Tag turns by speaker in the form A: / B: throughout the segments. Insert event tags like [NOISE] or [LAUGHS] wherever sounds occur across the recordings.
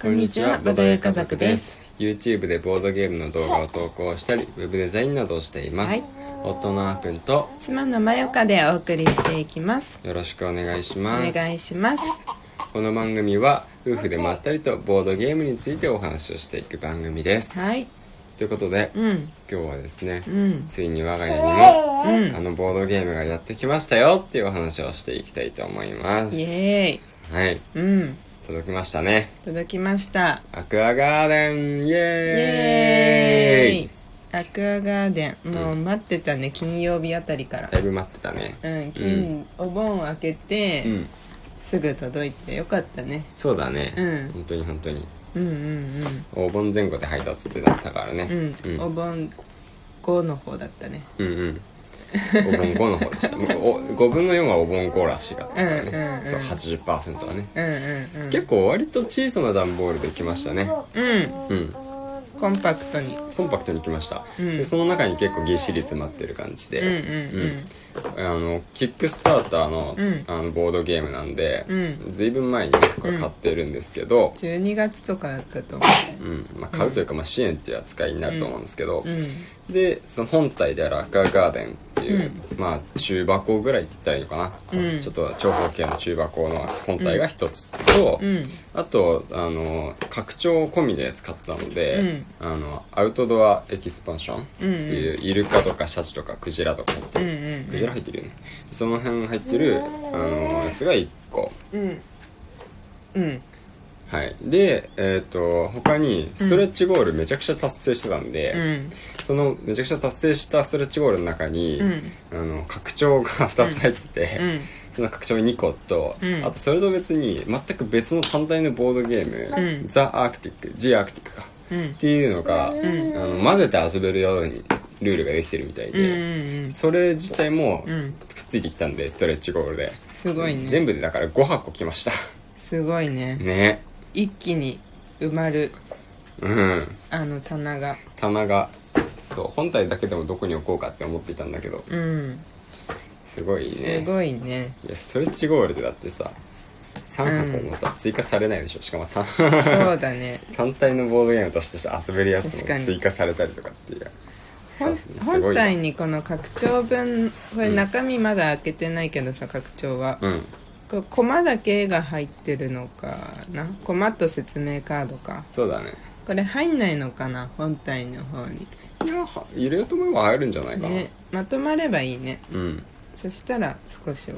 A: こんにちはボドゲ家族です。
B: YouTube でボードゲームの動画を投稿したり、ウェブデザインなどをしています。
A: はい
B: 夫のあーくんと
A: 妻のまよかでお送りしていきます
B: よろしくお願いし
A: お
B: ます。
A: 願いします
B: この番組は夫婦でまったりとボードゲームについてお話をしていく番組です。
A: はい
B: ということで、
A: うん
B: 今日はですね、
A: うん
B: ついに我が家にも、
A: うん
B: あのボードゲームがやってきましたよっていうお話をしていきたいと思います
A: イ。エ
B: はい、
A: ーイうん
B: 届きましたね。
A: 届きました
B: アクアガーデンイ
A: イ
B: エーイ
A: エーイアクアガーデンもう待ってたね金曜日あたりから
B: だいぶ待ってたね。
A: うん金お盆明けて、
B: うん。
A: すぐ届いてよかったね
B: そうだね。
A: うん
B: 本当に本当に。
A: うんうん
B: お盆前後で配達ってなってたからね。
A: うんうん、
B: うん
A: お盆後の方だったね
B: うんうん。お盆後の方でし
A: [LAUGHS]
B: た。もうお5分の4はお盆後らしいからね。
A: うんうん
B: そううん80%はね。
A: うんうんうん
B: 結構割と小さな段ボールで来ましたね。
A: うん
B: うん。
A: コンパクトに
B: コンパクトに来ました。
A: うん
B: でその中に結構ぎっしり詰まってる感じで。
A: うんうん
B: うんあのキックスターターの,、
A: うん
B: あのボードゲームなんで、
A: う
B: ずいぶん前にねこれ買ってるんですけど、
A: 12月とかだったと思
B: うんまあ、買うというか、まあ、支援っていう扱いになると思うんですけど、
A: ううん
B: でその本体であるアクアガーデンっていう、まあ中箱ぐらいって言ったらいいのかな、
A: うん
B: ちょっと長方形の中箱の本体が一つと、
A: うん
B: あとあの拡張込みで使ったので、あのアウトドアエキスパンションっていう、イルカとかシャチとかクジラとか入って
A: うん
B: る、クジラ入ってるよねその辺入ってるあのやつが1個
A: うんうんうん
B: はいでえっ、と他にストレッチゴールめちゃくちゃ達成してたんで、
A: うん
B: そのめちゃくちゃ達成したストレッチゴールの中に、
A: うん
B: あの拡張が2つ入ってて、
A: うん
B: その拡張2個と、
A: うん
B: あとそれと別に全く別の単体のボードゲーム、
A: うん
B: ザ・アークティック G アークティックか、
A: うん
B: っていうのが、あの混ぜて遊べるようにルールができてるみたい
A: うんう
B: で、
A: ん
B: それ自体もく
A: う
B: っ
A: ん
B: ついてきたんでストレッチゴールで、
A: すごいね
B: 全部でだから5箱来ました
A: すごいね
B: ね
A: 一気に埋まる
B: うん
A: あの棚が
B: 棚がそう本体だけでもどこに置こうかって思っていたんだけど
A: うん
B: すごいね
A: すごいね
B: いやストレッチゴールでだってさ3箱もさ、追加されないでしょしかも単
A: そうだね
B: [LAUGHS] 単体のボードゲームとして遊べるやつ
A: 確か
B: も
A: に
B: 追加されたりとかっていう
A: 本
B: さ
A: 本
B: よ
A: 体にこの拡張分これ中身まだ開けてないけどさ拡張は
B: うん
A: これコマだけが入ってるのかなコマと説明カードか
B: そうだね
A: これ入んないのかな本体の方に
B: いやは入れようと思えば入るんじゃないかな、
A: ねまとまればいいね
B: うん
A: そしたら少しは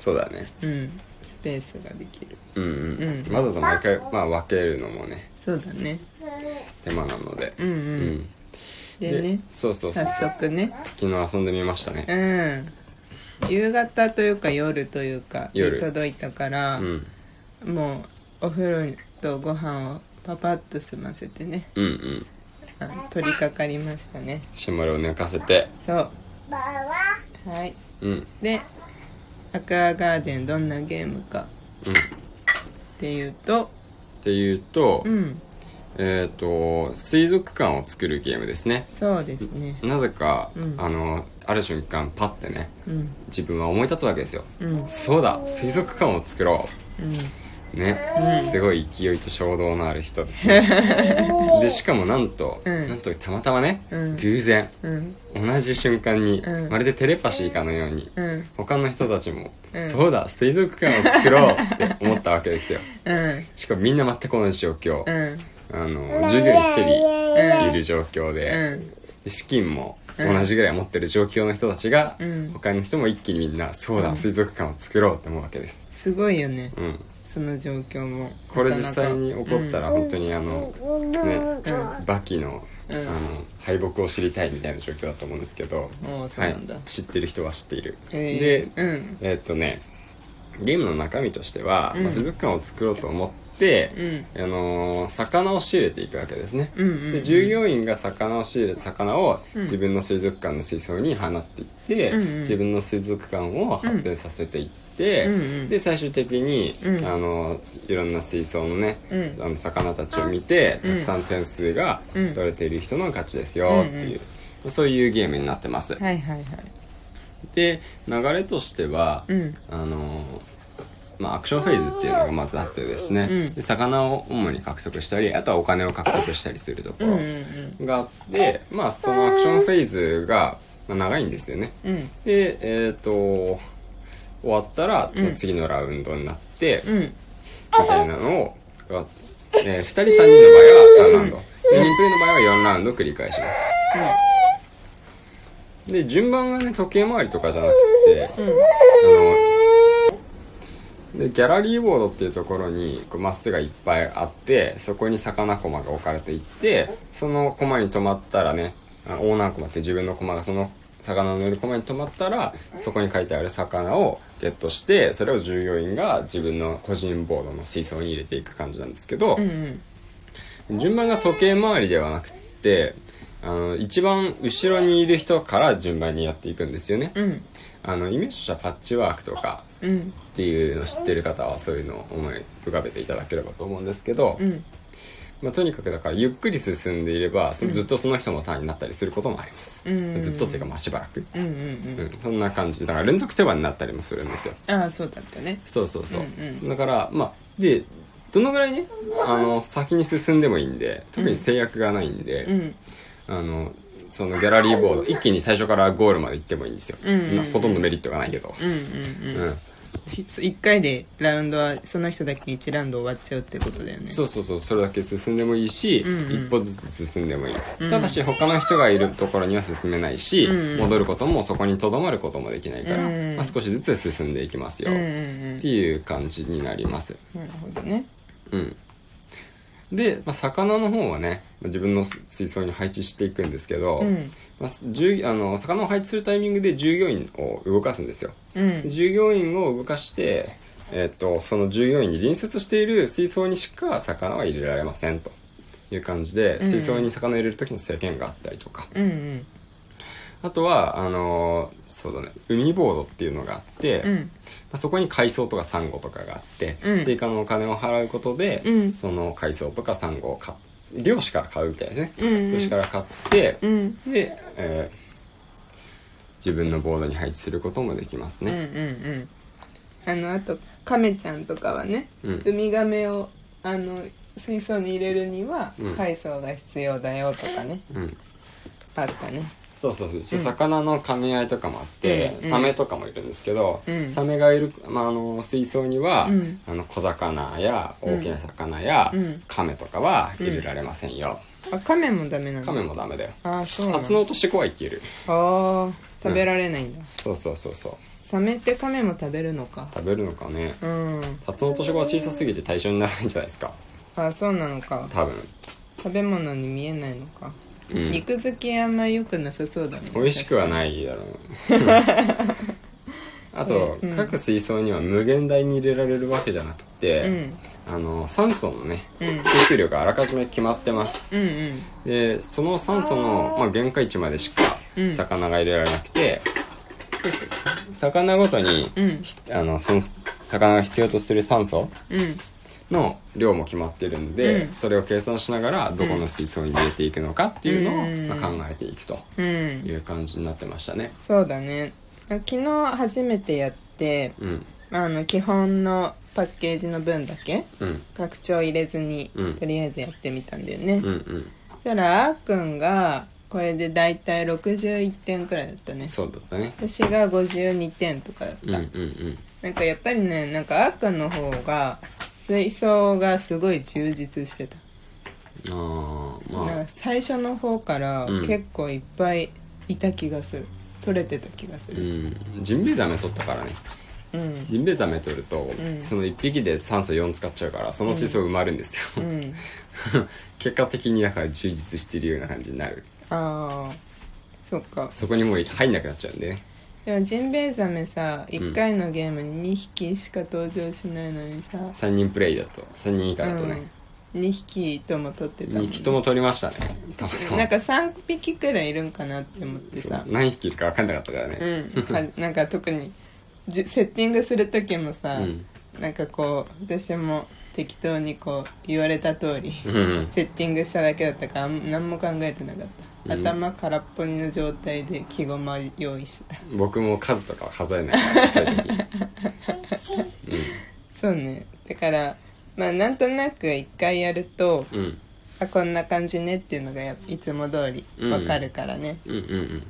B: そうだね
A: うんスペースができる
B: うんうん、
A: うん
B: わざわざ毎回、まあ、分けるのもね
A: そうだね
B: 手間なので
A: うんうん
B: う、
A: でね
B: そうそうそう
A: 早速ね
B: 昨日遊んでみましたね
A: うん夕方というか夜というか
B: 夜
A: 届いたから、
B: うん
A: もうお風呂とご飯をパパッと済ませてね
B: うんうん
A: あ取り掛かりましたね
B: シマルを寝かせて
A: そうはい
B: うん
A: でアクアガーデンどんなゲームか
B: うん
A: っていうと
B: っていうと、
A: うん
B: えっ、と水族館を作るゲームですね
A: そうですね
B: なぜか、
A: ん
B: あのある瞬間パッてね
A: うん
B: 自分は思い立つわけですよ、
A: うん
B: そうだ水族館を作ろ
A: うん
B: うね、すごい勢いと衝動のある人ですね
A: [LAUGHS]
B: でしかもなんと、
A: うん
B: なんとたまたまね、
A: うん
B: 偶然
A: うん
B: 同じ瞬間に、
A: うん
B: まるでテレパシーかのように、
A: うん
B: 他の人たちも、
A: うん
B: そうだ水族館を作ろうって思ったわけですよ
A: うん
B: しかもみんな全く同じ状況、
A: うん
B: あの従業員1人いる状況で、
A: うん
B: で資金も同じぐらい持ってる状況の人たちが、
A: うん
B: 他の人も一気にみんなそうだ、水族館を作ろうって思うわけです、
A: すごいよね
B: うん、
A: その状況も
B: これ実際に起こった
A: ら
B: ら本当にあの、ね、バキの,、
A: うん
B: あの敗北を知りたいみたいな状況だと思うんですけど、
A: おーそうなんだ
B: はい、知ってる人は知っている、
A: へー
B: で、
A: うん
B: えーっとねゲームの中身としては、まあ水族館を作ろうと思って、あのー魚を仕入れていくわけですね、
A: うんうんうん
B: で従業員が魚を仕入れ魚を自分の水族館の水槽に放っていって、
A: うんうん
B: 自分の水族館を発展させていって、
A: うんうん
B: で最終的に、
A: うん
B: あのーいろんな水槽のね、
A: うん
B: あの魚たちを見て
A: う
B: た
A: ん
B: くさん点数が
A: うん
B: 取れている人の勝ちですよっていう、そういうゲームになってます、
A: はいはいはい
B: で流れとしては、
A: うん
B: あのーまあ、アクションフェーズっていうのがまずあってですね、
A: うん
B: で魚を主に獲得したりあとはお金を獲得したりするとこ
A: うんう
B: ろ
A: ん
B: があって、まあ、そのアクションフェーズがまあ長いんですよね
A: うん
B: でえっ、と終わったら、次のラウンドになって、
A: うん
B: みたいなのを、えー、2人3人の場合は3ラウンド4人プレイの場合は4ラウンド繰り返します、で順番がね時計回りとかじゃなくて、あのでギャラリーボードっていうところにこうまっすぐがいっぱいあってそこに魚駒が置かれていってその駒に止まったらねあオーナー駒って自分の駒がその魚の乗る駒に止まったらそこに書いてある魚をゲットしてそれを従業員が自分の個人ボードの水槽に入れていく感じなんですけど、
A: うんうん
B: 順番が時計回りではなくってあの一番後ろにいる人から順番にやっていくんですよね、
A: うん
B: あのイメージとしてはパッチワークとか
A: うん
B: っていうのを知ってる方はそういうのを思い浮かべていただければと思うんですけど、
A: うん
B: まあ、とにかくだからゆっくり進んでいればそずっとその人のターンになったりすることもあります、
A: うん
B: ずっとっていうかまあしばらく、
A: うんうん
B: うんそんな感じだから連続手番になったりもするんですよ
A: うんああそうだったね
B: そうそうそう、
A: うん
B: だからまあでどのぐらいねあの先に進んでもいいんで特に制約がないんで、
A: うん
B: あのそのギャラリーボード一気に最初からゴールまで行ってもいいんですよ、
A: うんうん
B: まあほとんどメリットがないけど、
A: うんうんうん
B: うん
A: 1回でラウンドはその人だけ1ラウンド終わっちゃうってことだよね
B: そうそうそうそれだけ進んでもいいし、
A: うんうん
B: 一歩ずつ進んでもいい、ただし他の人がいるところには進めないし、
A: んうん
B: 戻ることもそこにとどまることもできないから、
A: うんうん
B: まあ、少しずつ進んでいきますよ、
A: うんうんうん
B: っていう感じになります
A: なるほどね
B: うんで、まあ、魚の方はねまあ自分の水槽に配置していくんですけど、
A: うん
B: まあ、従あの魚を配置するタイミングで従業員を動かすんですよ
A: うん
B: 従業員を動かして、えっとその従業員に隣接している水槽にしか魚は入れられませんという感じで
A: ん
B: 水槽に魚を入れる時の制限があったりとか、
A: うんうん
B: あとはあのーそうだね海ボードっていうのがあって、
A: う
B: ま
A: ん
B: あ、そこに海藻とかサンゴとかがあって、
A: うん
B: 追加のお金を払うことで、
A: うん
B: その海藻とかサンゴを買っ漁師から買うみたいですね、
A: うんうん
B: 漁師から買って、
A: うん
B: で、えー自分のボードに配置することもできま
A: う
B: す
A: んうん
B: ね、
A: うんあのあとカメちゃんとかはね、
B: うん
A: ウミガメをあの水槽に入れるには
B: うん
A: 海藻が必要だよとかね、
B: うん
A: あったね
B: そうそうそう、魚の兼ね合いとかもあって、
A: うん
B: サメとかもいるんですけど、
A: うん
B: サメがいる、まあ、あの水槽には、
A: うん
B: あの小魚や大きな魚や、
A: うん
B: カメとかは入れられませんよ、
A: あカメもダメなの
B: カメもダメだよ
A: ああそうな
B: 初
A: の
B: 音として怖いっている
A: ああ食べられないんだ、
B: そうそうそうそう
A: サメってカメも食べるのか
B: 食べるのかね
A: うん
B: 初音としては小さすぎて対象にならないんじゃないですか
A: あそうなのか
B: 多分、
A: 食べ物に見えないのか、
B: うん、美
A: 肉付きあんまり良くなさそうだね
B: 味しくはいないだろう
A: [LAUGHS]
B: あと、
A: うん
B: 各水槽には無限大に入れられるわけじゃなくて、
A: うん
B: あの酸素のね
A: うん
B: 吸収量があらかじめ決まってます
A: うんうん
B: でその酸素の、まあ、限界値までしか
A: うん
B: 魚が入れられなくて、魚ごとに、
A: うん
B: ひあのその魚が必要とする酸素
A: うん
B: の量も決まってるんで、
A: うん
B: それを計算しながらどこの水槽に入れていくのかっていう
A: うん
B: のを、まあ考えていくと
A: うん
B: いう感じになってましたね
A: そうだね昨日初めてやって
B: うん
A: あの基本のパッケージの分だけ
B: うん
A: 拡張入れずに、
B: うん
A: とりあえずやってみたんだよね、
B: うん
A: そ
B: うん
A: したらあーくんがこれでだいたい61点くらいだったね
B: そうだったね
A: 私が52点とかだった、
B: うんうんうん
A: なんかやっぱりねなんかあーくんの方が水槽がすごい充実してた、
B: ああま
A: なん
B: あ
A: か最初の方から
B: うん
A: 結構いっぱいいた気がする取れてた気がす
B: う
A: る
B: んジンベエザメ取ったからね
A: うん
B: ジンベエザメ取ると、
A: ん
B: その1匹で酸素4使っちゃうからその水槽埋まるんです
A: う
B: よ、
A: ん、
B: [LAUGHS] 結果的にだから充実してるような感じになる
A: ああそっか
B: そこにもう入んなくなっちゃうんでね
A: でもジンベエザメさ1回のゲームに2匹しか登場しないのにさ、
B: 3人プレイだと3人以下だとね、
A: うん、2匹とも取ってたもん
B: 2
A: ね
B: 匹とも取りましたねたまたま
A: なんか3匹くらいいるんかなって思って
B: そう
A: さ
B: 何匹いるか分かんなかったから
A: う
B: ね
A: んはなんか特にじゅセッティングする時もさ、
B: うん
A: なんかこう私も適当にこう言われた通り、
B: うん、うん
A: セッティングしただけだったからあん何も考えてなかった、
B: うん
A: 頭空っぽにの状態で木駒用意してた
B: 僕も数とかは数えないからそういう時
A: そうねだからまあなんとなく一回やると
B: うん
A: あこんな感じねっていうのがやいつも通りわかるからね、
B: うんうん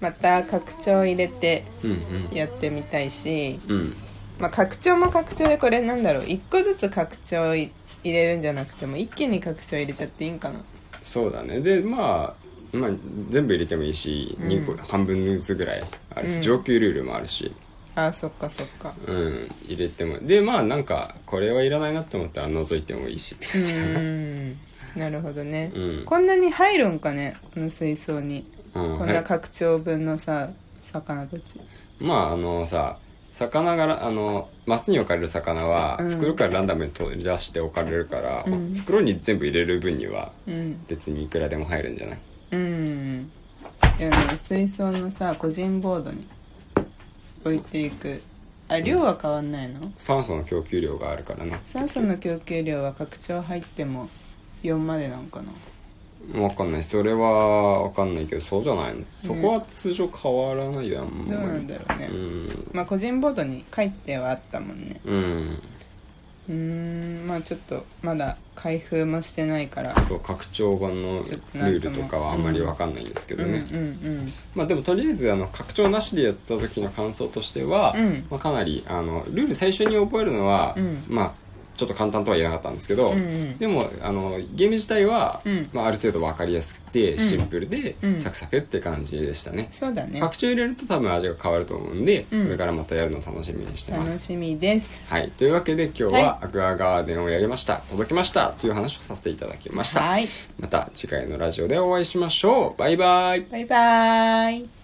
A: また拡張入れて
B: うんうん
A: やってみたいし、
B: うんうん
A: まあ、拡張も拡張でこれなんだろう一個ずつ拡張い入れるんじゃなくても一気に拡張入れちゃっていいんかな
B: そうだねでまあまあ全部入れてもいいし、二個半分ずつぐらいあるし、上級ルールもあるし
A: あそっかそっか
B: うん入れてもでまあなんかこれはいらないなって思ったら覗いてもいいしって
A: う
B: 感じ
A: ーんなるほどね、
B: うん
A: こんなに入るんかねこの水槽に、
B: うん
A: こんな拡張分のさ魚たち
B: まああのさ魚がらあのマスに置かれる魚は
A: うん
B: 袋からランダムに取り出して置かれるから、
A: ん
B: 袋に全部入れる分には
A: うん
B: 別にいくらでも入るんじゃない
A: うんいやでも水槽のさ個人ボードに置いていくあ量は変わんないの、
B: 酸素の供給量があるからね
A: 酸素の供給量は拡張入っても4までなんかな
B: わかんないそれはわかんないけどそうじゃないのそこは通常変わらないよあん
A: どうな
B: ま
A: ん
B: り
A: だろうね、
B: うん
A: まあ個人ボードに書いてはあったもんね
B: うん
A: うーんまあちょっとまだ開封もしてないから
B: そう拡張版のルールとかはあんまりわかんないんですけ
A: う
B: ど
A: んうん
B: ね、
A: うん
B: まあでもとりあえずあの拡張なしでやった時の感想としては、
A: うん
B: まあ、かなりあのルール最初に覚えるのは、
A: うん
B: まあちょっと簡単とは言えなかったんですけど、
A: うんうん
B: でもあのゲーム自体は、
A: うん
B: まあ、ある程度分かりやすくてシンプルで、
A: うん
B: サクサクって感じでしたね、
A: そうだね
B: 拡張入れると多分味が変わると思うんで、
A: うん
B: これからまたやるの楽しみにしてま
A: 楽
B: す
A: しみです
B: はいというわけで今日
A: は
B: はアクアガーデンをやりました、届きましたという話をさせていただきました、
A: はい
B: また次回のラジオでお会いしましょうバイバイ
A: バイバーイ